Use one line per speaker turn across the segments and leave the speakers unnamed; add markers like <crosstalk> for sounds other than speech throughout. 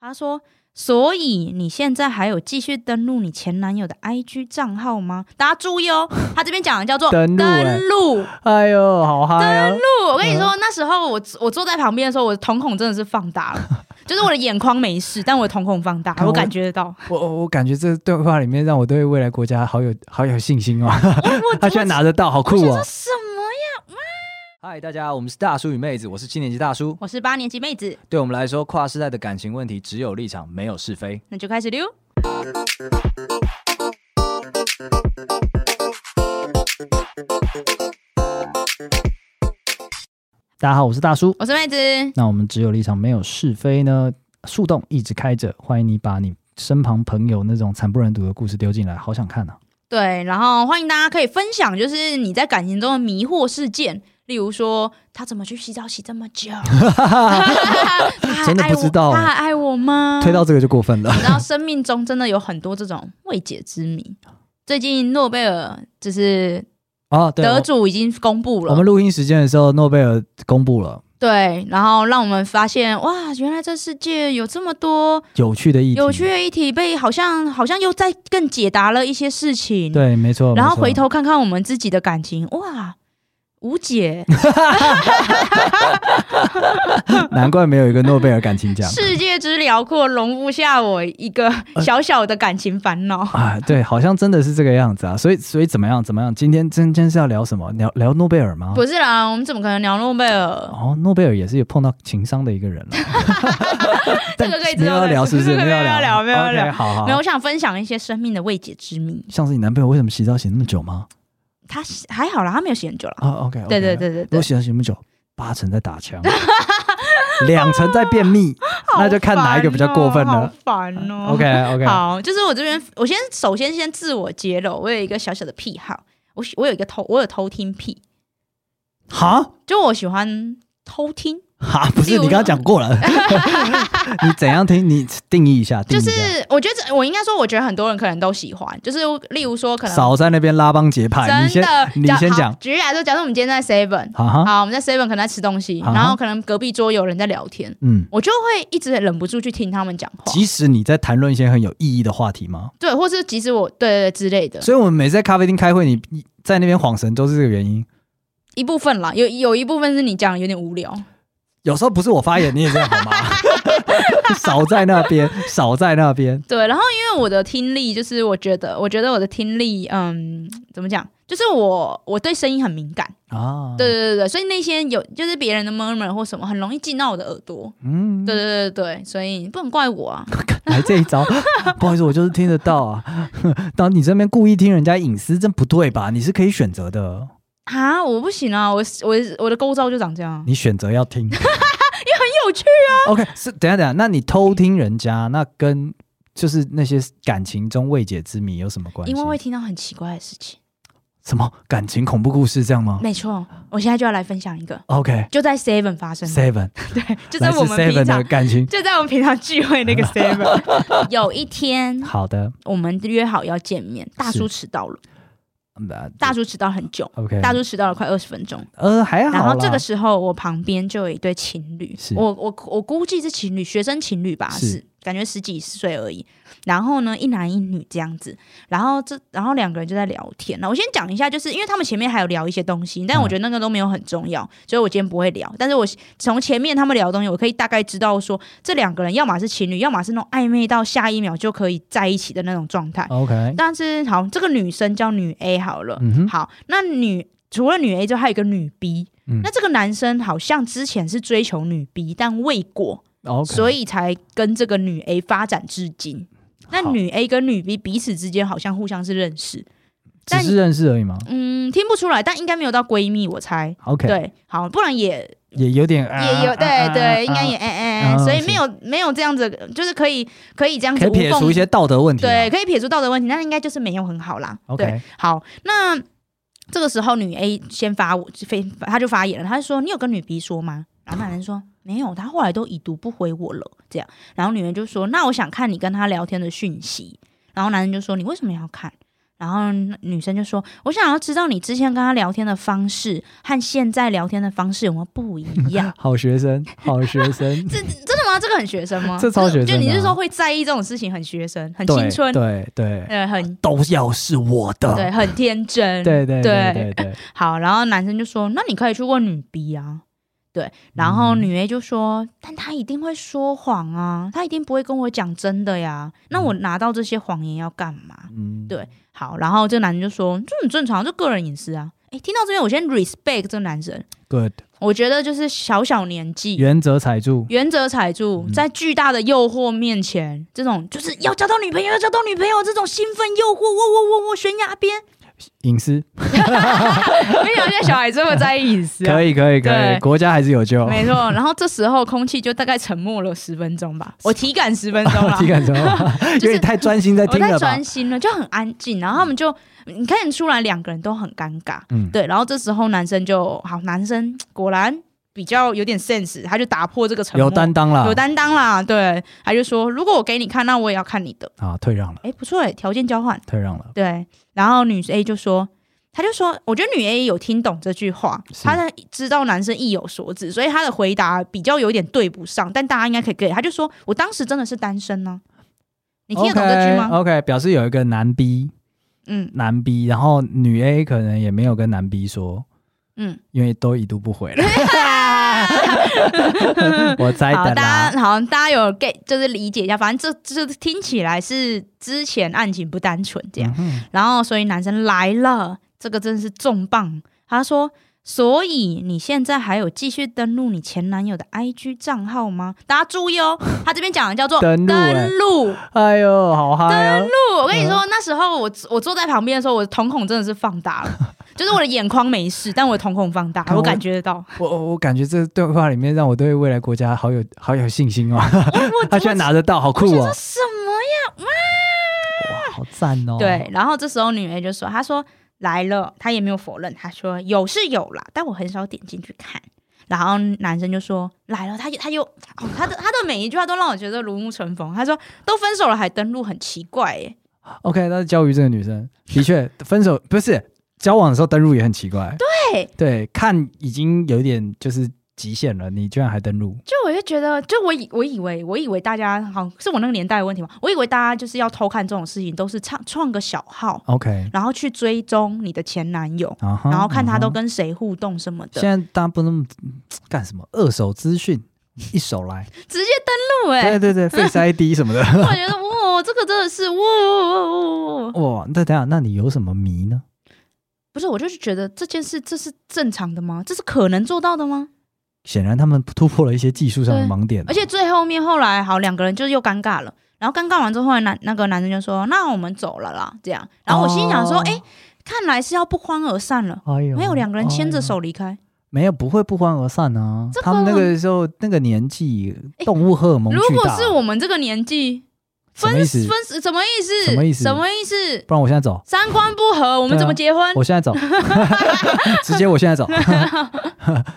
他说：“所以你现在还有继续登录你前男友的 IG 账号吗？”大家注意哦，他这边讲的叫
<laughs>
做
登录欸
登录。
哎呦，好嗨啊！
不，我跟你说，那时候我我坐在旁边的时候，我的瞳孔真的是放大了，就是我的眼眶没事，但我的瞳孔放大，
看
我
我
感觉
<laughs>
得到。哦
我我我感觉这对话里面让我对未来国家好有好有信心哦。他居然拿得到，好酷哦！
什么？
<laughs> 嗨，大家，我们是大叔与妹子，我是七年级大叔。
我是八年级妹子，
对我们来说，跨世代的感情问题只有立场，没有是非。
那就开始溜。
大家好，我是大叔。
我是妹子，
那我们只有立场，没有是非呢？树洞一直开着，欢迎你把你身旁朋友那种惨不忍睹的故事丢进来，好想看啊！
对，然后欢迎大家可以分享，就是你在感情中的迷惑事件，例如说他怎么去洗澡洗这么久，他还
<laughs> 真的
爱
不知
我
道欸
他还爱我吗？
推到这个就过分了。
你知道，生命中真的有很多这种未解之谜。最近诺贝尔就是
哦，对，
得
我
主已经公布
我
了
们，录音时间的时候，诺贝尔公布了
对，然后让我们发现，哇，原来这世界有这么多
有趣的议题，
有趣的议题被好像好像又在更解答了一些事情。，
对，没错。
然后
哦没错
回头看看我们自己的感情，哇，无解，
<laughs> 难怪没有一个呃诺贝尔感情
<laughs>
奖
世界之辽阔容不下我一个小小的感情烦恼。
啊！对，好像真的是这个样子啊。所以，所以怎么样？怎么样？今天今天是要聊什么？聊聊诺贝尔吗？
不是啦，我们怎么可能聊诺贝尔？
哦，诺贝尔也是有碰到情商的一个
<laughs>
人了。但
这个可以知道
没有要聊，是不是？
这个没有
有
要聊没有要
OK，
聊
好好。
没有，我想分享一些生命的未解之谜。
像是你男朋友为什么洗澡洗那么久吗？
他还好啦，他没有洗很久啦。
啊，OK，,
对对，对对
如果
对，
洗澡洗那么久，八成在
<laughs>
打枪，两成在便秘，那就看哪一个比较过分呃
好
了。
烦哦。
OK OK，
好，就是我这边，我先首先先自我揭露，我有一个小小的癖好，我喜我有一个偷，我有偷听癖，
哈
就我喜欢偷听，
<laughs> 哈，啊不
例
是
如
你刚刚讲过了，
<laughs>
你怎样听？你定义一下，定
就
义一
是
下。
我觉得这我应该说，我觉得很多人可能都喜欢，就是例如说可能
少在那边拉帮结派，你
真
先
的，
你
假
先
好
讲，
举例来说，假设我们今天在 Seven，
哈哈，
好，我们在 Seven 可能在吃东西，
啊哈
然后可能隔壁桌有人在聊天，
嗯，
我就会一直忍不住去听他们讲话，
即使你在谈论一些很有意义的话题吗？
对，或是即使我对对对之类的，
所以我们每次在咖啡厅开会，你你在那边晃神都是这个原因。
一部分啦，有有一部分是你讲的有点无聊，
有时候不是我发言，你也这
<laughs>
样好吗？少在那边，少在那边。
对，然后因为我的听力，就是我觉得，我觉得我的听力，嗯，怎么讲？就是我我对声音很敏感，
啊，
对，对对对，所以那些有就是别人的 murmur 或什么，很容易进到我的耳朵。
嗯，
对对对对，所以不能怪我啊。
来这
<laughs>
一招，不好意思，我就是听得到啊。当你这边故意听人家隐私，真不对吧？你是可以选择的，
啊，我不行啊，我我我的构造就长这样啊，
你选择
<laughs>
要听。
很有趣。啊
OK，是等一下等一下，那你偷听人家，那跟就是那些感情中未解之谜有什么关系？
因为会听到很奇怪的事情。
什么感情恐怖故事这样吗
没错，我现在就要来分享一个，
？OK。
就在 Seven 发生的，
Seven，
就在
来自
我们平
Seven 的
常
感情，
就在我们平常聚会那
<laughs>
个 Seven。有一天，
好的，
我们约好要见面，大叔迟到了。
嗯啊
大叔迟到很久，
OK，
大叔迟到了快二十分钟。
呃还好
然
啦，
后这个时候，我旁边就有一对情侣，
是
我我我估计是情侣，学生情侣吧，
是
是感觉十几岁而已。然后呢，一男一女这样子，然后这然后两个人就在聊天。那我先讲一下，就是因为他们前面还有聊一些东西，
嗯
但我觉得那个都没有很重要，所以我今天不会聊。但是我从前面他们聊的东西，我可以大概知道说，这两个人要么是情侣，要么是那种暧昧到下一秒就可以在一起的那种状
哦
态。
OK，
但是好，这个女生叫女 A 好了，
嗯哼，
好，那女除了女 A 之后，还有一个女 B。
嗯
那这个男生好像之前是追求女 B，但未果
OK，
所以才跟这个女 A 发展至今。那
好
女 A 跟女 B 彼此之间好像互相是认识，
只
但
是认识而已嘛。
嗯，听不出来，但应该没有到闺蜜，我猜。
OK，，
对，好，不然也
也有点，啊
也有，对
啊
对，
啊
应该也
啊
哎
啊
哎，
啊
所以
是
没有没有这样子，就是可以可以这样子
可以
无
撇
缝
除一些道德问题啊。
对，可以撇除道德问题，那应该就是没有很好啦。
OK
对，好，那这个时候女 A 先发我，非她就发言了，她就说：“你有跟女 B 说吗？”然后那男人说：“没有，她后来都已读不回我了。”这样，然后女人就说：“那我想看你跟她聊天的讯息。”然后男人就说：“你为什么要看？”然后女生就说：“我想要知道你之前跟她聊天的方式和现在聊天的方式有没有不一样。”
好学生，好学
<laughs>
生，
真的吗？吗？这个很学生吗？
这超学生的
就
啊
你是说会在意这种事情，很学生，很
对
青春，
对对，
呃，很
都要是我的，
对，很天真，
对对
对
对对，
好，然后男生就说：“那你可以去问女 B 啊。”对，然后
嗯
女 A 就说：“但她一定会说谎啊，她一定不会跟我讲真的呀。那我拿到这些谎言要干嘛
嗯，
对？”好，然后这个男人就说：“这很正常，这个人隐私啊。”哎，听到这边，我先 respect 这个男生，
，good，
我觉得就是小小年纪。
原则踩住，
原则踩住，
嗯
在巨大的诱惑面前，这种就是要交到女朋友，要交到女朋友这种兴奋诱惑，我我我我悬崖边，
隐私
<laughs> 没想到现在小孩这么在意隐私啊，
可以可以可以，
对
国家还是有救，
没错，然后这时候空气就大概沉默了十分钟吧，我体感十分钟了
<laughs> 体。感什么？
<laughs> 就是
有点太专心在
我
听
在
了吧
专？心了，就很安静，然后他们就嗯你看得出来两个人都很尴尬，
嗯
对。然后这时候男生就好，男生果然比较有点 sense，他就打破这个沉默，
有担当啦
有，担当啦，对。他就说，如果我给你看，那我也要看你的。
啊，退让了，
哎，不错哎，条件交换，
退让了，
对。然后女 A 就说，她就说，我觉得女 A 有听懂这句话，
是
她在知道男生意有所指，所以她的回答比较有点对不上，但大家应该可以给。她就说我当时真的是单身呢、你听得懂这句吗
o k 表示有一个男 B
嗯
男 B，然后女 A 可能也没有跟男 B 说，
嗯，
因为都已读
<laughs>
不回了。我在
好，
等
大
啦。
家好，大家有 get 就是理解一下，反正这这听起来是之前案情不单纯这样。
嗯
然后所以男生来了，这个真是重磅。他说：“所以你现在还有继续登录你前男友的 IG 账号吗？”大家注意
<laughs>
哦，他这边讲的叫做
登录欸
登录
哼哎呦，好嗨哦！
不，我跟你说，那时候我我坐在旁边的时候，我的瞳孔真的是放大
<laughs>
了，就是我的眼眶没事，但我的瞳孔放大，
看我
我感觉得到。
<laughs> 我我我感觉这对话里面让我对未来国家好有好有信心哦。 <laughs> 他居然拿得到，好酷哦！
什么呀？
哇，好赞哦！
对，，然后这时候女 A 就说：“她说来了，她也没有否认，她说有是有啦，但我很少点进去看。”然后男生就说：“来了，他就他就哦，他的他的每一句话都让我觉得如沐春风。”他说：“都分手了还登录，很奇怪耶。
OK，那教育这个女生的确分手不是交往的时候登入也很奇怪。
对
对，看已经有点就是极限了，你居然还登入”，
就我就觉得，就我以我以为我以为大家好是我那个年代的问题嘛，我以为大家就是要偷看这种事情，都是创创个小号，
OK，啊
然后去追踪你的前男友，
然后
然后看他都
跟。
跟谁互动什么的，
现在大家不那么干什么二手资讯，一手来，
直接登录哎、
对对对，Face ID 什么的。 <laughs>
我觉得哇，这个真的是哇哇哇哇哇！
哇，那等一下，那你有什么迷呢？
不是，我就是觉得这件事这是正常的吗？这是可能做到的吗？
显然他们突破了一些技术上的盲点，啊
而且最后面后来好，两个人就又尴尬了。然后尴尬完之后，后来男那个男生就说：“那我们走了啦。”这样，然后我心想说
哦：“
哎、看来是要不欢而散了。
哎”呦，
没有两个人牵着
哎呦，
手离开。
没有不会不欢而散啊
这。个
他们那个时候那个年纪，动物荷尔蒙
如
巨
果
哦大，啊
是我们这个年纪，
什么意
分
思？
分什么意思？
什么意思
什么意思？
不然我现在走，
三观不合，我
对
们
啊
怎么结婚？
我现
<laughs>
在走，直接我现在走，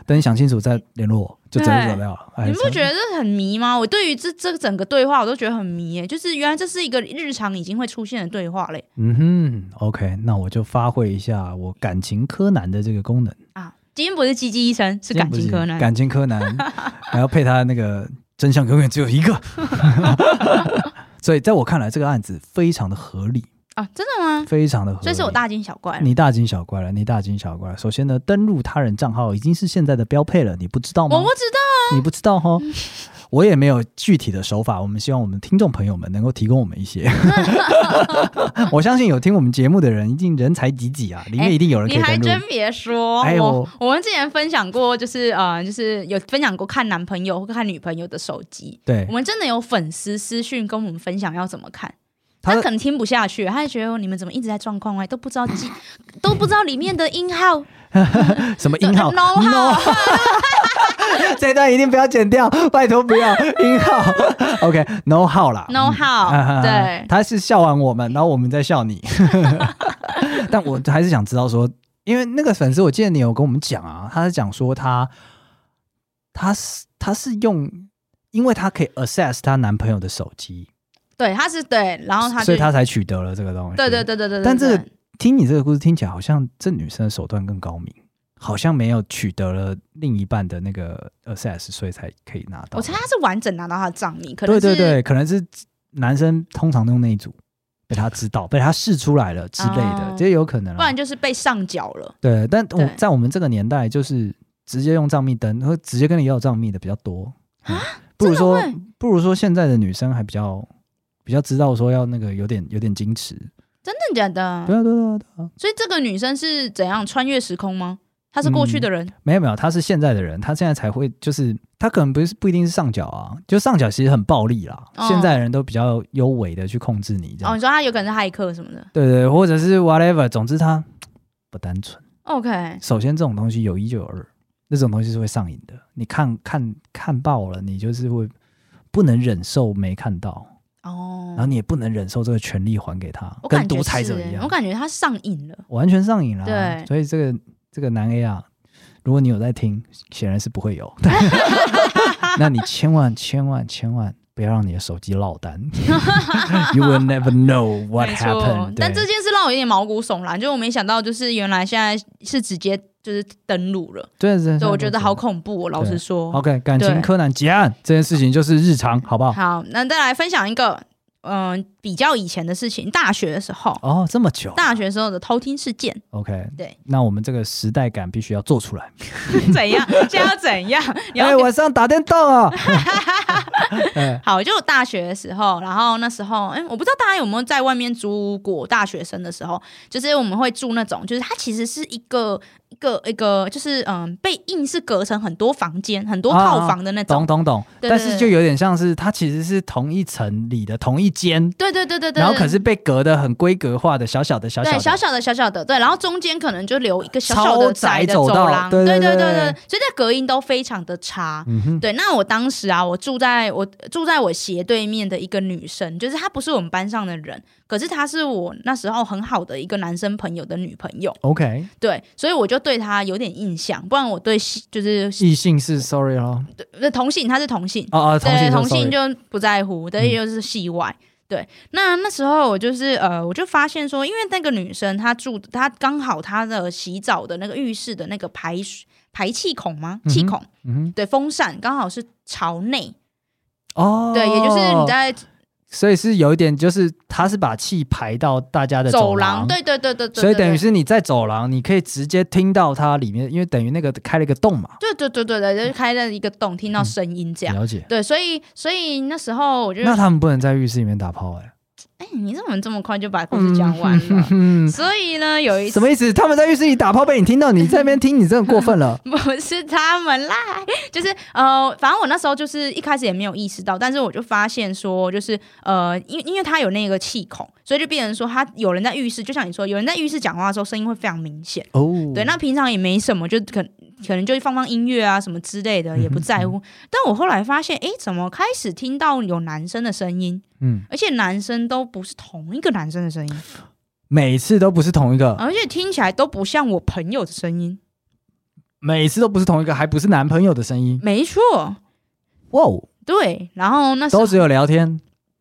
等你想清楚再联络我，就直接走掉了。哎
你不
真
觉得这很迷吗？我对于这这整个对话，我都觉得很迷耶。就是原来这是一个日常已经会出现的对话嘞
嗯哼，OK，那我就发挥一下我感情柯南的这个功能。
啊！今天不是鸡鸡医生，是感情科呢。
感情柯南， <laughs> 还要配他那个真相永远只有一个。 <laughs> 所以在我看来，这个案子非常的合理，
啊，真的吗？
非常的合理。
所以是我大惊小怪了。
你大惊小怪了，你大惊小怪了。首先呢，登录他人账号已经是现在的标配了，你不知道吗
我？啊不知道，
你不知道哈。我也没有具体的手法，我们希望我们听众朋友们能够提供我们
<laughs>
一些。我相信有听我们节目的人，一定人才济济啊，里面一定有人可以
哎你还
登录。
真别说，
哎呦
我我们之前分享过，就是呃，就是有分享过看男朋友或看女朋友的手机。
对
我，们真的有粉丝私讯跟我们分享要怎么看，
他
他
的
可能听不下去，他就觉得你们怎么一直在状况外，都不知道鸡都不知道里面的音号
什么音号
No 号 <laughs>
这段一定不要剪掉，拜托不要音号。OK，no 号啦嗯啊
no 号，对，
他是笑完我们，然后我们再笑你。 <laughs> 但我还是想知道说，因为那个粉丝，我记得你有跟我们讲啊，他是讲说他，他是他是用，因为他可以 access 她男朋友的手机，
对，他是对，然后哦他就
所以他才取得了这个东西。
对对对对对对，
但这个
对
听你这个故事听起来，好像这女生的手段更高明。好像没有取得了另一半的那个呃 access，所以才可以拿到。
我猜他是完整拿到他的账密，可能
对
是
对对，可能是男生通常用那一组被他知道，被他试出来了之类的
哦，
这也有可能
不
啊。
然就是被上缴了。
对，但我
对
在我们这个年代，就是直接用账密登，或直接跟你要账密的比较多。嗯不如说
啊真的会，
不如说现在的女生还比较比较知道说要那个有点有点矜持。
真的假的？
对啊，对啊，对啊，
所以这个女生是怎样穿越时空吗？她是过去的人，
没有没有，她是现在的人，她现在才会就是她可能不是不一定是上脚啊，就上脚其实很暴力啦。
哦
现在的人都比较优美的去控制你这样
哦，。你说她有可能是骇客什么的
对对，或者是 whatever，总之他不单纯。
？OK，
首先，这种东西有一就有二，那种东西是会上瘾的。你看看看爆了，你就是会不能忍受没看到，
哦
然后，你也不能忍受这个权利还给他，
我
跟
感觉
独裁
是
者
欸
一样
我，感觉她上瘾了。
完全上瘾了。啊
对
所以这个这个男 A 啊，如果你有在听，显然是不会
<laughs>
有。 <laughs> 那你千万千万千万不要让你的手机落单 <laughs> ，You will never know
<laughs>
what
没错
happened 对。
但这件事让我有点毛骨悚然，就我没想到，就是原来现在是直接就是登录了，
对对
所以
对
我觉得好恐怖、哦。老实说，
OK，感情
对
柯南结案这件事情就是日常，好不好？
好，那再来分享一个，嗯、比较以前的事情，大学的时候，
哦，这么久
大学时候的偷听事件
，OK，
对，
<laughs> 那我们这个时代感必须要做出来。
怎样？现在要怎 <laughs> 样？你要
哎，
跟
晚上打电
<laughs>
动啊！ <laughs> 哎
好，就我大学的时候，然后那时候，哎、我不知道大家有没有在外面租过大学生的时候，就是我们会住那种，就是它其实是一个一个一个，就是嗯，被硬是隔成很多房间、很多套房的那种。
懂懂懂，
对对
但是就有点像是它其实是同一层里的同一间，
对对对对对。
然后可是被隔的很规格化的小小的小
对
小
小
的，
小的小小的，对，然后中间可能就留一个小小的
超窄
的
走
走
道
廊，
对
对
对
对
对
对，所以在隔音都非常的差。
嗯哼，
对，那我当时啊，我住在我住在我斜对面的一个女生，就是她不是我们班上的人，可是她是我那时候很好的一个男生朋友的女朋友，
，OK，
对，所以我就对她有点印象，不然我对西就是
异性是 sorry 咯，
呃同性，她是同性，
哦哦，同
对
性
同性
sorry
就不在乎，但
嗯
也就是戏外。对，那那时候我就是呃，我就发现说，因为那个女生她住，她刚好她的洗澡的那个浴室的那个排水排气孔吗？气
嗯哼
孔、
嗯
对，风扇刚好是朝内，
哼，哦，
对，也就是你，在
所以是有一点就是它是把气排到大家的
走
廊，
对对对对对，
所以等于
对
是你在走廊，你可以直接听到它里面，因为等于那个开了一个洞嘛。
对对对对对，就开了一个洞，听到声音这样。
了解。
对，所啊以所以那时候我就，
那他们不能在浴室里面打炮哎、
哎，你怎么这么快就把故事讲完了？
嗯，
所以呢，有一
什
次。
么意思？他们在浴室里打炮被你听到，你在那边听，你真的过分了
不是他们啦，就是呃，反正我那时候就是一开始也没有意识到，但是我就发现说，就是呃，因因为他有那个气孔，所以就变成说他有人在浴室，就像你说，有人在浴室讲话的时候，声音会非常明显。
哦，
<laughs> 对，那平常也没什么，就可可能就放放音乐啊什么之类的，也不在
嗯
乎。但我后来发现，诶，怎么开始听到有男生的声音，
嗯，
而且男生都不是同一个男生的声音，
啊每次都不是同一个，
而且听起来都不像我朋友的声音。
每次都不是同一个，还不是男朋友的声音。
没错，
哇哦，
对。然后那时候
都只有聊天，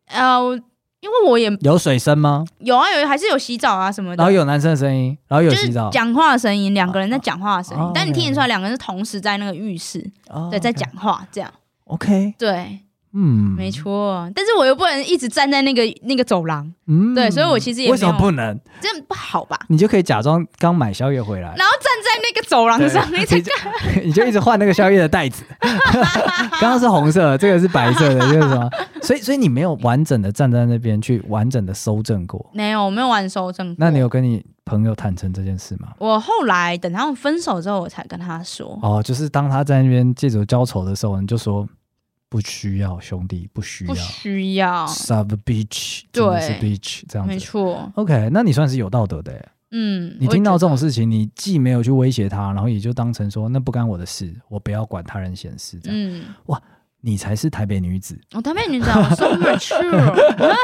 呃，我因为我也
有水声吗？
有啊，有还是有洗澡啊什么的，
然后有男生的声音，然后有
就
洗
是
澡，
讲话的声音，两个人在讲话的声音，
哦
但你
，OK，OK
听得出来两个人是同时在那个浴室，
哦
对，在讲。话这样，
OK，
对，
嗯，
没，错。但是我又不能一直站在那个那个走廊，
嗯
对所以我其实也
为什
没
么
有
不能？
这样不好吧？
你就可以假装刚买宵
<laughs>
夜回来，
然后站在那个走廊啊上，
对
一直
你就 <laughs> 你就一直换那个宵夜
<laughs>
的袋子，刚刚是红色的，这个是白色的，这个是什么？所以所以你没有完整的站在那边去完整的搜证过。
没有，我没有玩收正。
那你有跟你朋友坦诚这件事吗？
我后来等他们分手之后，我才跟他说。
哦，就是当他在那边借酒浇愁的时候，你就说不需要，兄弟，不哦需要
不需要，
，sub beach，
对
真的是 beach 这样
没
子。
错，
OK，那你算是有道德的耶。
嗯，
你
我
听到
觉
这种事情，你既没有去威胁他，然后也就当成说那不干我的事，我不要管他人闲事，这
得，
样、
嗯，哦
你才是台北女子。
我台北女生好 so
<laughs>
mature，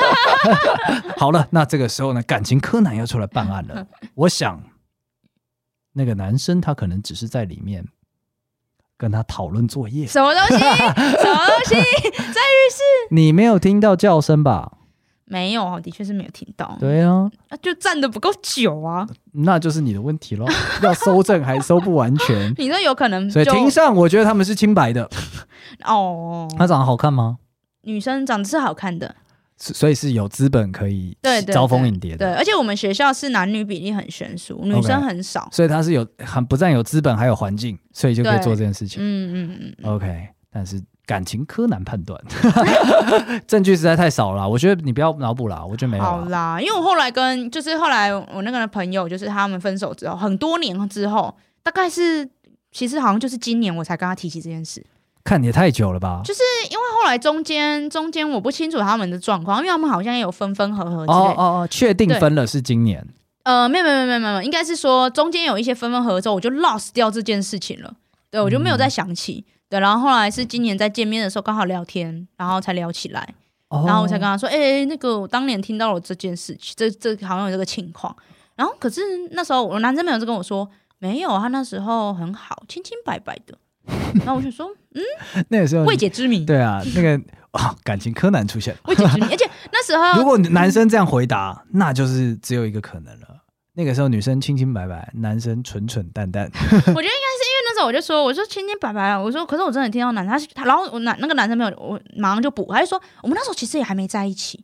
好了，那这个时候呢，感情柯南要出来办案了。
嗯
我想，那个男生他可能只是在里面跟他讨论作业。
什么东西，什么东西，
你没有听到叫声吧？
没有，的确是没有听到，
对啊，
啊就站的不够久啊，，
那就是你的问题咯， <laughs> 要搜证还搜不完全
<laughs> 你这有可能
所以
就
庭上我觉得他们是清白的。
哦，
她长得好看吗？
女生长得是好看的，
是所以是有资本可以
对对
招蜂引蝶
对，
的，
而且我们学校是男女比例很悬殊，女
OK
生很少，
所以她是有很不但有资本，还有环境，所以就可以
对
做这件事情。
嗯嗯嗯嗯，
OK，但是感情柯难判断， <laughs> 证据实在太少了啦。我觉得你不要脑补啦，我觉得没有啊
好
啦。
啦，因为我后来跟就是后来我那个朋友，就是他们分手之后，很多年之后，大概是其实好像就是今年我才跟他提起这件事，
看你也太久了吧？
就是因为后来中间中间我不清楚他们的状况，因为他们好像也有分分合合之类的。
哦哦哦，确定
对
分了是今年
呃，没有没有没有没有没有，应该是说中间有一些分分合合之后，我就 lost 掉这件事情了，对我就没有再想起。对，然后后来是今年在见面的时候刚好聊天，然后才聊起来，
哦，
然后我才跟他说，哎、那个我当年听到了这件事情，这这好像有这个情况。然后可是那时候我男生朋友就跟我说，没有，他那时候很好，清清白白的。然后我就说
<laughs> 那个时候
未解之谜，
<laughs> 对啊，那个啊感情柯南出现了。
未解之谜，而且那时候
<laughs> 如果男生这样回答，那就是只有一个可能了。那个时候女生清清白白，男生蠢蠢
<laughs>
蛋蛋。
那时候我就说，我说千千白白了，我说可是我真的听到男，他是他，然后我男那个男生没有，我马上就补，他就说我们那时候其实也还没在一起，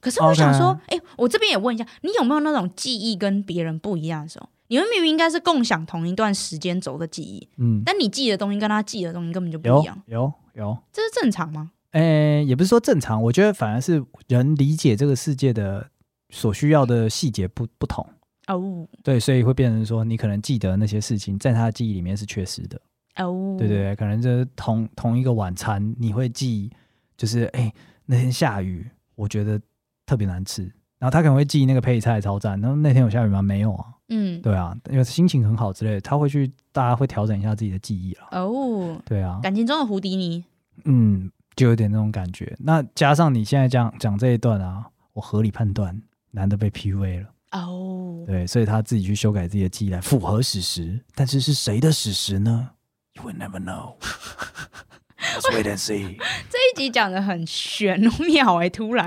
可是我
OK
想说，哎、我这边也问一下，你有没有那种记忆跟别人不一样的时候？你们明明应该是共享同一段时间轴的记忆，
嗯，
但你记的东西跟他记的东西根本就不一
有
样，
有有，
这是正常吗？
诶、也不是说正常，我觉得反而是人理解这个世界的所需要的细节不不同。
哦
对，所以会变成说，你可能记得那些事情，在他的记忆里面是缺失的。
哦，
对对，对，可能就是同同一个晚餐，你会记，就是哎、那天下雨，我觉得特别难吃。然后他可能会记那个配菜超赞，然后那天有下雨吗？没有啊，
嗯，
对啊，因为心情很好之类的，他会去，大家会调整一下自己的记忆啦。
哦，
对啊，
感情中的胡迪尼，
嗯，就有点那种感觉。那加上你现在讲讲这一段啊，我合理判断，男的被 PUA 了。
哦，
对，所以他自己去修改自己的记忆来符合史实，但是是谁的史实呢？You will never know. Let's wait
<laughs>
and see.
这一集讲的很玄妙哎、突
<laughs>
然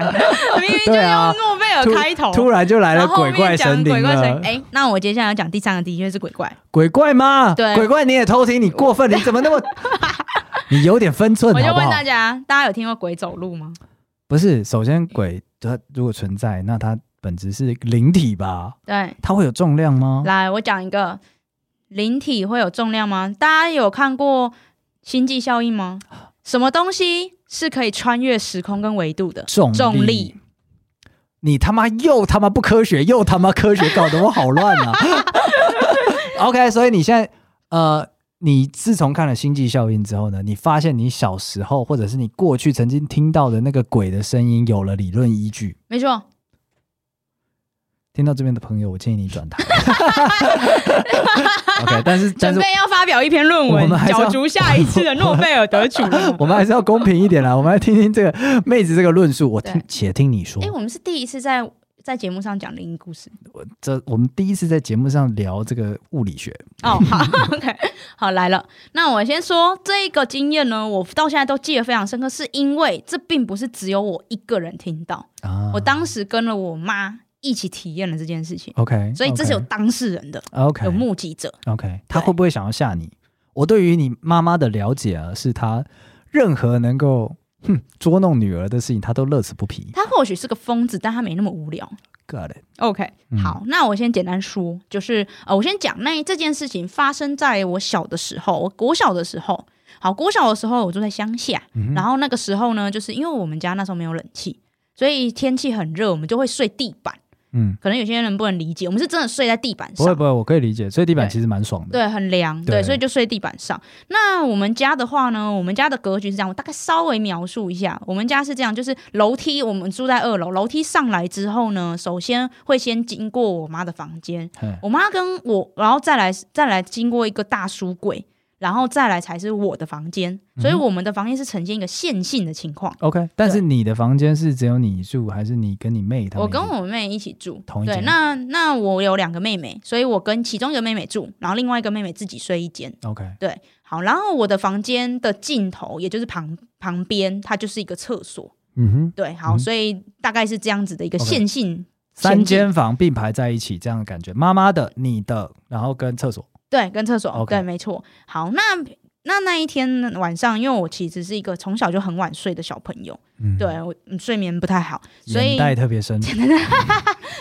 明明就
对
用
啊
诺贝尔
突
开头，
突然就来了
然后
鬼
面
怪
讲
神灵啊
鬼怪神
了，
哎、那我接下来要讲第三个，的确是鬼怪。
鬼怪吗？
对
鬼怪你也偷听，你过分，你怎么
<laughs>
那么？你有点分寸
我
好
就
不
问
好
大？家，大家有听过鬼走路吗？
不是，首先鬼它如果存在，那它本质是灵体吧？
对，
它会有重量吗？
来，我讲一个，灵体会有重量吗？大家有看过《星际效应》吗？什么东西是可以穿越时空跟维度的？
重
重力。
你他妈又他妈不科学，又他妈科学，搞得我好乱啊！OK，所以你现在呃，你自从看了《星际效应》之后呢，你发现你小时候或者是你过去曾经听到的那个鬼的声音有了理论依据。
没错，
听到这边的朋友，我建议你转台。OK，但是但
准
是
备要发表一篇论
我
文
们，还是要
角逐下一次的诺贝尔得主了
<laughs>
<laughs>
我们还是要公平一点啦，我们来听听这个妹子这个论述。我听
对
且听你说
哎、，我们是第一次在在节目上讲灵异故事。
这我们第一次在节目上聊这个物理学。
哦，好 <laughs> ，OK，好来了。那我先说这个经验呢，我到现在都记得非常深刻，是因为这并不是只有我一个人听到，
啊
我当时跟了我妈一起体验了这件事情，
OK，
所以这是有当事人的，
OK
有目击者。
OK，他会不会想要吓你？我对于你妈妈的了解啊，是她任何能够哼捉弄女儿的事情，她都乐此不疲。
他或许是个疯子，但他没那么无聊。
Got it？
OK，
嗯
好，那我先简单说，就是呃，我先讲那这件事情发生在我小的时候，我国小的时候。好，国小的时候我住在乡下，
嗯哼
然后那个时候呢，就是因为我们家那时候没有冷气，所以天气很热，我们就会睡地板。
嗯，
可能有些人不能理解，我们是真的睡在地板
不会
上
不，会，我可以理解，所以地板
对
其实蛮爽的。
对，很凉，对，
对
所以就睡地板上。那我们家的话呢，我们家的格局是这样，我大概稍微描述一下，我们家是这样，就是楼梯，我们住在二楼，楼梯上来之后呢，首先会先经过我妈的房
<laughs>
间，
对，
我妈跟我，然后再来再来经过一个大书柜。然后再来才是我的房
嗯
间，所以我们的房间是呈现一个线性的情况。
OK，但是你的房间是只有你住，还是你跟你妹他们
我
一起？
跟我妹一起住，
同一
对，
间
那那我有两个妹妹，所以我跟其中一个妹妹住，然后另外一个妹妹自己睡一间。
OK，
好，然后我的房间的尽头，也就是旁旁边，它就是一个厕所，
嗯哼，
对，好，
嗯
所以大概是这样子的一个
OK
线性
三
前进
间房并排在一起这样的感觉，妈妈的、你的，然后跟厕所。
对，跟厕所
OK
对，没错。好，那那那一天晚上，因为我其实是一个从小就很晚睡的小朋友，
嗯，
对我、嗯睡眠不太好，所
眼
以
袋特别深。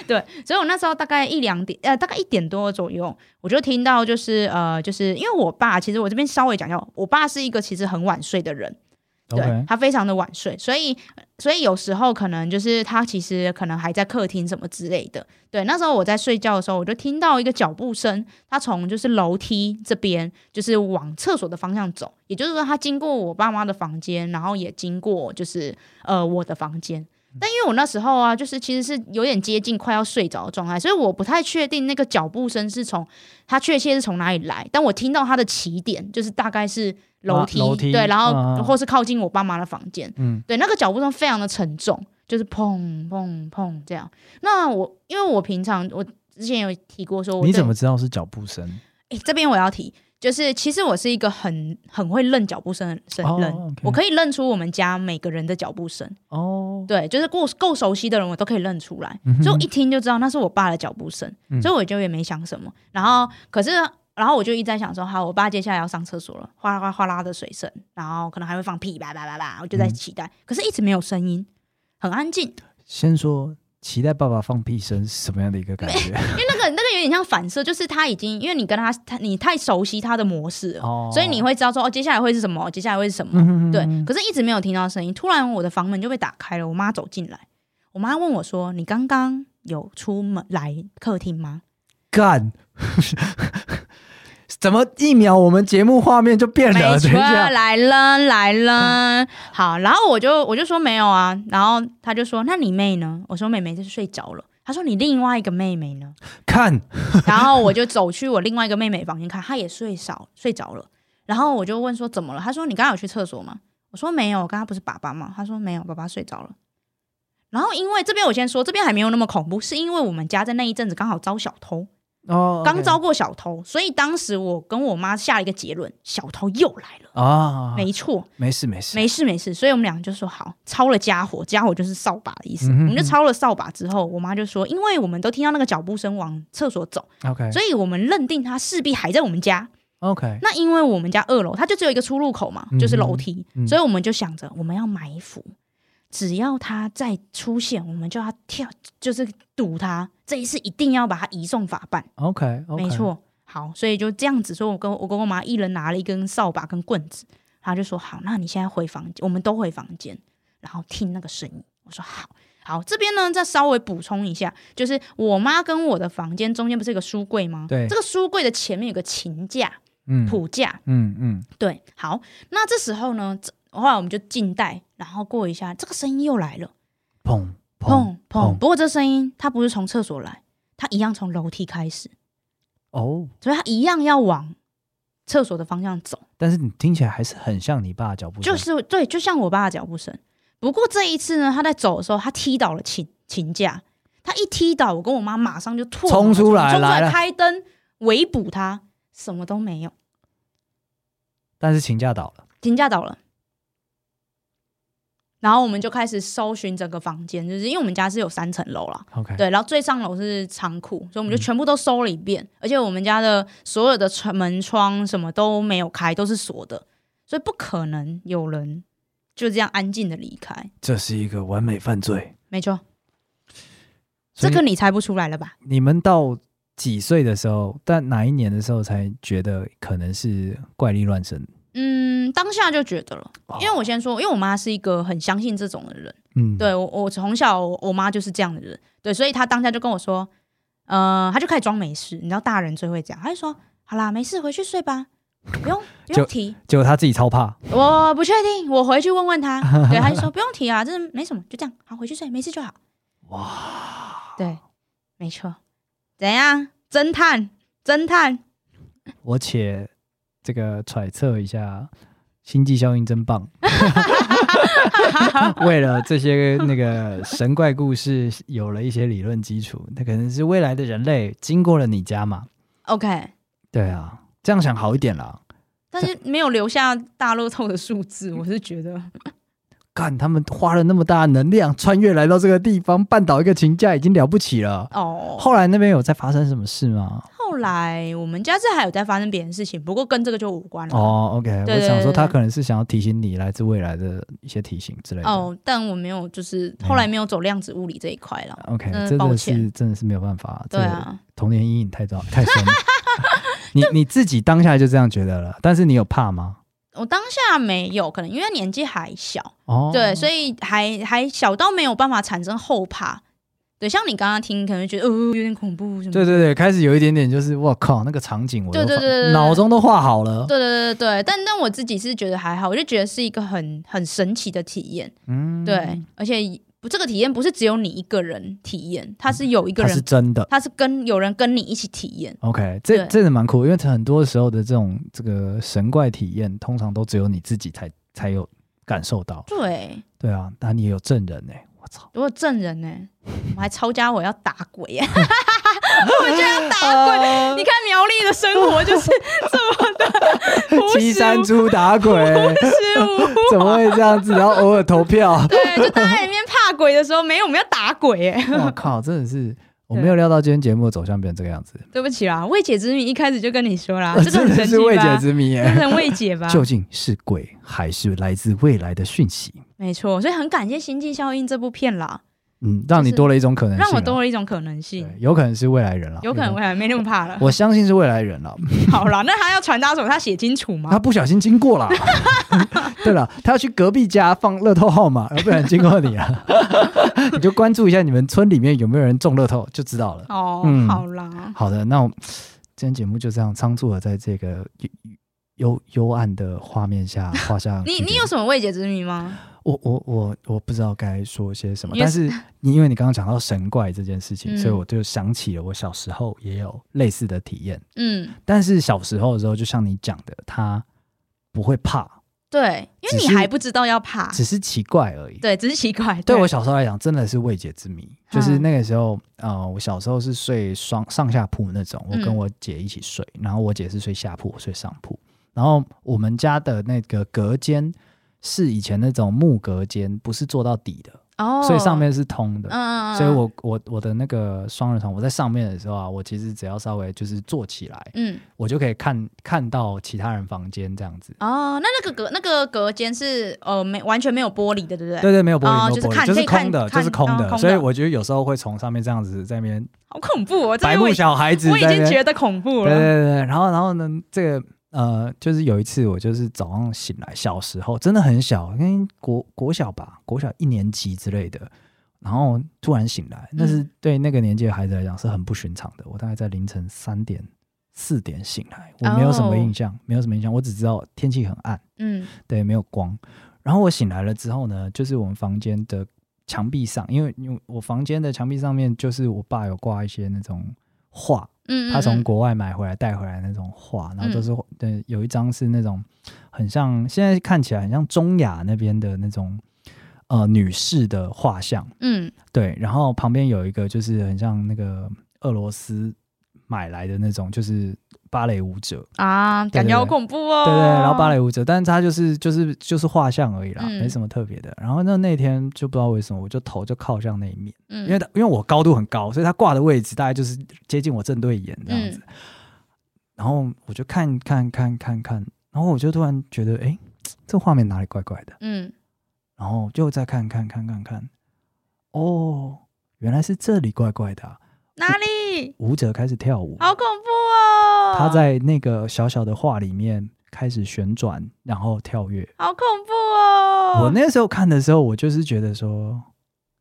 对，所以我那时候大概一两点，呃，大概一点多左右，我就听到就是呃，就是因为我爸，其实我这边稍微讲一下，我爸是一个其实很晚睡的人，对
OK，
他非常的晚睡，所以所以有时候可能就是他其实可能还在客厅什么之类的。对，那时候我在睡觉的时候，我就听到一个脚步声，他从就是楼梯这边就是往厕所的方向走，也就是说他经过我爸妈的房间，然后也经过就是呃我的房间。但因为我那时候啊，就是其实是有点接近快要睡着的状态，所以我不太确定那个脚步声是从他确切是从哪里来，但我听到他的起点就是大概是楼梯，
啊楼梯
对，然后、
嗯嗯嗯
或是靠近我爸妈的房间，
嗯，
对，那个脚步声非常的沉重，就是砰砰砰这样。那我因为我平常我之前有提过说我对，
你怎么知道是脚步声？
诶这边我要提，就是其实我是一个很很会认脚步声的声人，
哦，OK
我可以认出我们家每个人的脚步声，
哦，
对，就是够够熟悉的人我都可以认出来，
嗯哼
所以我一听就知道那是我爸的脚步声，
嗯
所以我就也没想什么。然后可是。然后我就一直在想说，好，我爸接下来要上厕所了，哗啦哗啦哗啦的水声，然后可能还会放屁，叭叭叭叭，我就在
嗯
期待，可是一直没有声音，很安静。
先说期待爸爸放屁声是什么样的一个感
<laughs>
觉？
那个那个有点像反射，就是他已经因为你跟他他你太熟悉他的模式了，
哦，
所以你会知道说哦，接下来会是什么，接下来会是什么。
嗯哼，嗯哼
对，可是一直没有听到声音。突然我的房门就被打开了，我妈走进来，我妈问我说：“你刚刚有出门来客厅吗
干， <laughs> 怎么一秒我们节目画面就？”变
没
了？
错，
哎等一下，
来了来了。好，然后我就我就说没有啊，然后她就说：“那你妹呢？”我说：“妹妹就是睡着了。”她说：“你另外一个妹妹呢？”
看，
然后我就走去我另外一个妹妹房间看，她也睡少睡着了。然后我就问说怎么了？她说你刚刚有去厕所吗？我说没有，我刚刚不是爸爸吗？她说没有，爸爸睡着了。然后因为这边我先说，这边还没有那么恐怖，是因为我们家在那一阵子刚好遭小偷，
哦，
刚遭过小偷，所以当时我跟我妈下了一个结论，小偷又来了。
啊，没
没错，
没事没事，
没事没事，所以我们俩就说好，抄了家伙，家伙就是扫把的意思，
嗯哼
我们就抄了扫把之后，我妈就说，因为我们都听到那个脚步声往厕所走，
OK
所以我们认定他势必还在我们家。
OK，
那因为我们家二楼，它就只有一个出入口嘛
嗯，哼
就是楼梯，
嗯
所以我们就想着我们要埋伏，只要他再出现，我们就要跳，就是堵他。这一次一定要把他移送法办
OK OK，
没，错。好，所以就这样子，所以我跟我跟我妈一人拿了一根扫把跟棍子，然后就说好，那你现在回房间，我们都回房间，然后听那个声音。我说好。好，这边呢再稍微补充一下，就是我妈跟我的房间中间不是有个书柜吗？
对
这个书柜的前面有个琴架、
嗯
谱架。
嗯嗯，
对，好，那这时候呢，这后来我们就静待，然后过一下，这个声音又来了，
砰砰
砰砰。不过这声音它不是从厕所来，它一样从楼梯开始，
哦，
所以它一样要往厕所的方向走。
但是你听起来还是很像你爸的脚步声，
就是对，就像我爸的脚步声。不过这一次呢，他在走的时候，他踢倒了琴琴架，他一踢倒，我跟我妈马上就脱
冲出来
冲出
来了
来开灯围捕他，什么都没有，
但是请假倒了，
琴架倒了。然后我们就开始搜寻整个房间，就是因为我们家是有三层楼啦，
OK，
对，然后最上楼是仓库，所以我们就
嗯
全部都搜了一遍，而且我们家的所有的窗门窗什么都没有开，都是锁的，所以不可能有人就这样安静的离开。
这是一个完美犯罪。
没错，这
所以
个你猜不出来了吧？
你们到几岁的时候，但哪一年的时候才觉得可能是怪力乱神？
嗯，当下就觉得了，
哦
因为我先说，因为我妈是一个很相信这种的人，
嗯，
对我，我从小我我妈就是这样的人，对，所以她当下就跟我说，呃，她就开始装没事，你知道大人最会这样，她就说，好啦，没事，回去睡吧，不用不
就
用提，
结果他自己超怕，
我不确定，我回去问问他。对，他就说不用提啊，这没什么，就这样，好，回去睡，没事就好。
哇，
对，没错。怎样？侦探，侦探，
我且这个揣测一下，星际效应真棒。 <laughs> 为了这些那个神怪故事有了一些理论基础，那可能是未来的人类经过了你家嘛？
OK，
对啊，这样想好一点啦。
但是没有留下大乐透的数字，我是觉得
干，他们花了那么大的能量穿越来到这个地方，绊倒一个情架已经了不起了。
哦，
后来那边有在发生什么事吗？
后来我们家是还有在发生别的事情，不过跟这个就无关了。
哦，OK，
嗯对
我
对
想
对
说他可能是想要提醒你来自未来的一些提醒之类的。
哦，但我没有，就是
有
后来没有走量子物理这一块了。
OK，
嗯
真
抱
的
歉
是真的是没有办法，
对
这
啊，
童年阴影太糟
<laughs>
太深了。你你自己当下就这样觉得了，但是你有怕吗？
我当下没有，可能因为年纪还小，
哦，
对，所以还还小到没有办法产生后怕。对，像你刚刚听，可能觉得哦、有点恐怖什么。
对对对，开始有一点点就是我靠，那个场景我都
对对
画
对对对
脑中都画好了。
对对对对，但但我自己是觉得还好，我就觉得是一个很很神奇的体验，
嗯，
对，，而且不这个体验不是只有你一个人体验，它是有一个
嗯它是
人，
真的。
它是跟有人跟你一起体验，
OK，这
对
这是蛮酷，因为很多时候的这种这个神怪体验，通常都只有你自己才才有感受到。
对，
对啊，那你也有证人呢、我操！
如果证人呢、我还抄家我要打鬼耶、
<laughs> 打
你看苗栗的生活就是这么的
七山猪打鬼，
事物，
怎么会这样子？然后偶尔投票，
<laughs> 对，就大家里面怕鬼的时候，没有我们要打鬼欸耶、
我靠，真的是我没有料到今天节目的走向变成这个样子，
对不起啦，未解之谜一开始就跟你说啦，啊这个
<laughs> 真
很
的
神
是
奇
未解
吧？
之 <laughs> 谜耶、
真的很未解吧？
究竟是鬼还是来自未来的讯息？
没错，所以很感谢《星际效应》这部片啦，
嗯，让你多了一种可能性啊，
让我多了一种可能性
对，，有可能是未来人了，嗯
有可能未来没那么怕了。
我相信是未来人了，
<laughs> 好啦，那他要传达什么？他写清楚
他
吗？
不小心经过了。 <laughs> 对了，他要去隔壁家放乐透号码，要呃不然经过你啊， <laughs> 你就关注一下你们村里面有没有人中乐透就知道了。
哦，
嗯
好啦，
好的，那我们今天节目就这样仓促的在这个幽幽幽暗的画面下画下句
你
点。
你有什么未解之谜吗？
我我我我不知道该说些什么，
因为
但是你因为你刚刚讲到神怪这件事情，
嗯
所以我就想起了我小时候也有类似的体验。
嗯，
但是小时候的时候，就像你讲的，他不会怕，
对，因为
只
你
是
还不知道要怕，
只是奇怪而已。
对，只是奇怪。
对我小时候来讲，真的是未解之谜。就是
嗯
那个时候，呃，我小时候是睡双上下铺那种，我跟
嗯
我姐一起睡，然后我姐是睡下铺，我睡上铺。然后我们家的那个隔间是以前那种木隔间，不是做到底的，
哦，
所以上面是通的。
嗯，嗯嗯，
所以我我我的那个双人床，我在上面的时候啊，我其实只要稍微就是坐起来，
嗯
我就可以看看到其他人房间这样子。
哦，那那个隔那个隔间是呃没完全没有玻璃的，对不对？
对对，没有玻璃，
哦
没
就
有
是
玻璃，
看
就
可
是
以看
空的，就
看
是空
哦空的
的。所以我觉得有时候会从上面这样子在那边
好恐怖哦，这
白
个我
目
已
小孩子
我已
在那
经
边
觉得恐怖
对
了。
对对，然后然后呢，这个呃，就是有一次我就是早上醒来，小时候真的很小，因为国国小吧，国小一年级之类的，然后突然醒来，那
嗯
是对那个年纪的孩子来讲是很不寻常的。我大概在凌晨三点。四点醒来，我没有什么
哦
印象没有什么印象，我只知道天气很暗，
嗯
对，没有光。然后我醒来了之后呢，就是我们房间的墙壁上，因为因为我房间的墙壁上面就是我爸有挂一些那种画，
嗯，嗯
他从
嗯
国外买回来带回来那种画，然后都是对，有一张是那种很像现在看起来很像中亚那边的那种呃女士的画像，
嗯
对，然后旁边有一个就是很像那个俄罗斯买来的那种就是芭蕾舞者，
啊，
对
感
对
觉好
对
恐怖哦。
对对，然后芭蕾舞者，但是他就是就是就是画像而已啦，
嗯
没什么特别的。然后那那天就不知道为什么，我就头就靠向那一面。
嗯，
因为他因为我高度很高，所以他挂的位置大概就是接近我正对眼这样子。
嗯
然后我就看看看看看，然后我就突然觉得，哎，这画面哪里怪怪的？
嗯
然后就再看看看看看，哦，原来是这里怪怪的啊、
哪里
舞者开始跳舞，
好恐怖哦？
他在那个小小的画里面开始旋转，然后跳跃。
好恐怖哦。
我那时候看的时候，我就是觉得说，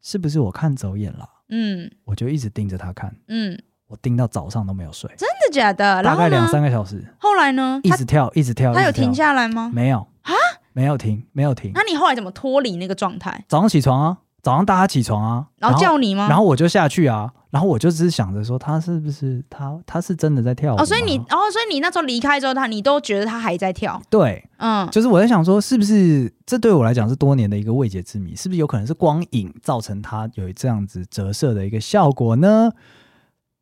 是不是我看走眼了？
嗯
我就一直盯着他看，
嗯，
我盯到早上都没有睡。
真的假的？然
大
后
概
呢
两三个小时，
后来呢？
一
他
直跳，一直跳，
他有
一直跳
停？下来吗？
没有啊，没有停，没有停。
那你后来怎么脱离那个状态？
早上起床啊，早上大家起床啊，
然后叫你吗？
然后我就下去啊，然后我就只是想着说，他是不是他他是真的在跳舞吗？
哦，所以你哦，所以你那时候离开之后，他你都觉得他还在跳，
对，
嗯，
就是我在想说，是不是这对我来讲是多年的一个未解之谜？是不是有可能是光影造成它有这样子折射的一个效果呢？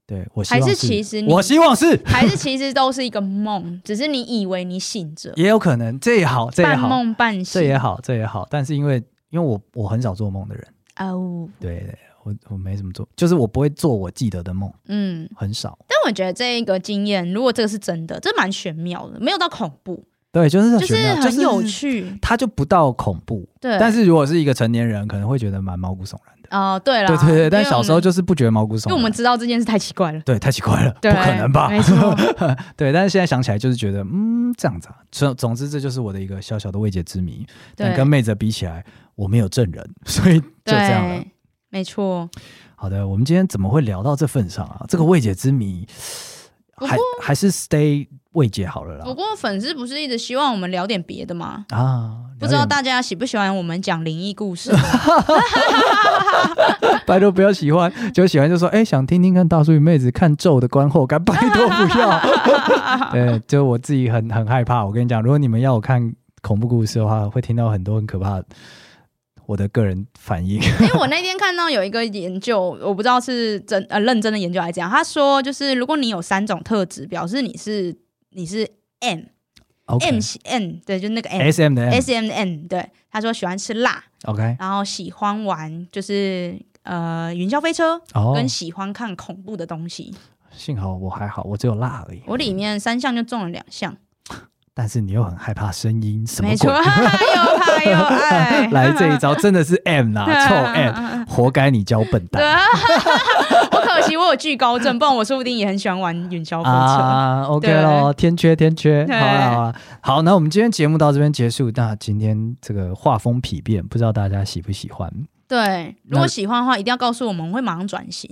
对我希
还
望
是其实你
我希望是，
<laughs> 还是其实都是一个梦，只是你以为你醒着，
也有可能，这也好，这也
半
好，
梦半
这
醒。
也好，这也好，但是因为因为我我很少做梦的人，
哦，
对对，我我没怎么做，就是我不会做我记得的梦，
嗯，
很少。
但我觉得这一个经验，如果这个是真的，这蛮玄妙的，没有到恐怖，
对，就是很
就是
玄妙
很有，趣，
它就不到恐怖。
对。
但是如果是一个成年人，可能会觉得蛮毛骨悚然的。
哦，对了，
对对对，但
因为我
小
们
时候就是不觉得毛骨悚
因
然。
为我们知道这件事太奇怪了，
对太奇怪了，不
对，
可能吧？
没错，
<laughs> 对，但是现在想起来就是觉得，嗯，这样子啊。总总之，这就是我的一个小小的未解之谜。但
对
跟妹子比起来，我没有证人，所以就这样了
对。，没错。
好的，我们今天怎么会聊到这份上啊？这个未解之谜，
不
还
过
还是 stay 未解好了
不
啦。
过粉丝不是一直希望我们聊点别的吗？
啊，
不知道
聊点
大家喜不喜欢我们讲灵异故事？ <laughs>
<laughs> 拜托不要喜欢，就喜欢就说，哎、想听听看大叔与妹子看咒的观后感，拜托不要。
<laughs>
对，就我自己很很害怕。我跟你讲，如果你们要我看恐怖故事的话，会听到很多很可怕的我的个人反
<laughs>
应。
因为我那天看到有一个研究，我不知道是真呃认真的研究还是怎样，他说就是如果你有三种特质，表示你是你是 M
OK 哎
M 是 N 对，就是那个 M
S M 的 M
S M N 对。他说喜欢吃辣，
OK
然后喜欢玩就是呃云霄飞车，
哦，
跟喜欢看恐怖的东西。
幸好我还好，我只有辣而已。
我里面三项就中了两项，
但是你又很害怕声音，什么
没
鬼
错，？哎又怕
<laughs>
又爱，
来
<laughs>
这一招真的是 M 啦，臭 M，
M 。
活该你教笨
对
蛋
啊， <laughs> 我可惜我有惧高症，不然我说不定也很喜欢玩云霄飞车。
啊！OK
对
咯，天缺天缺，好
对
啦好啦，好，那我们今天节目到这边结束。那今天这个画风丕变，不知道大家喜不喜 <laughs> 欢？
对，如
那
果喜欢的话，一定要告诉我们，我会马上转型。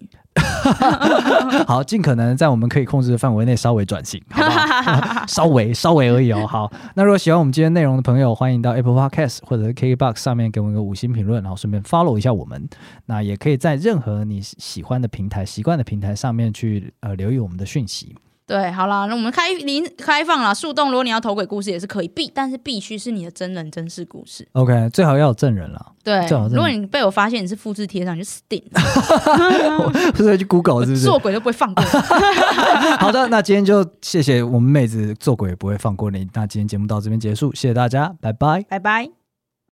好，尽可能在我们可以控制的范围内稍微转 <laughs> 型，好不好？稍微稍微而已哦。好，那如果喜欢我们今天内容的朋友，欢迎到 Apple Podcast 或者是 KKBox 上面给我们一个五星评论，然后顺便 follow 一下我们。那也可以在任何你喜欢的平台、习惯的平台上面去呃留意我们的讯息。
对，好啦，那我们开零开放啦，树洞，如果你要投鬼故事也是可以，必但是必须是你的真人真事故事。
OK，最好要有证人了，
对
最好，是
如果你被我发现你是复制贴上，你就死定了，
所以去 Google <laughs> 是不是？
做鬼都不会放过。
<laughs> 好的，那今天就谢谢我们妹子做鬼也不会放过你。那今天节目到这边结束，谢谢大家，拜拜。
拜拜。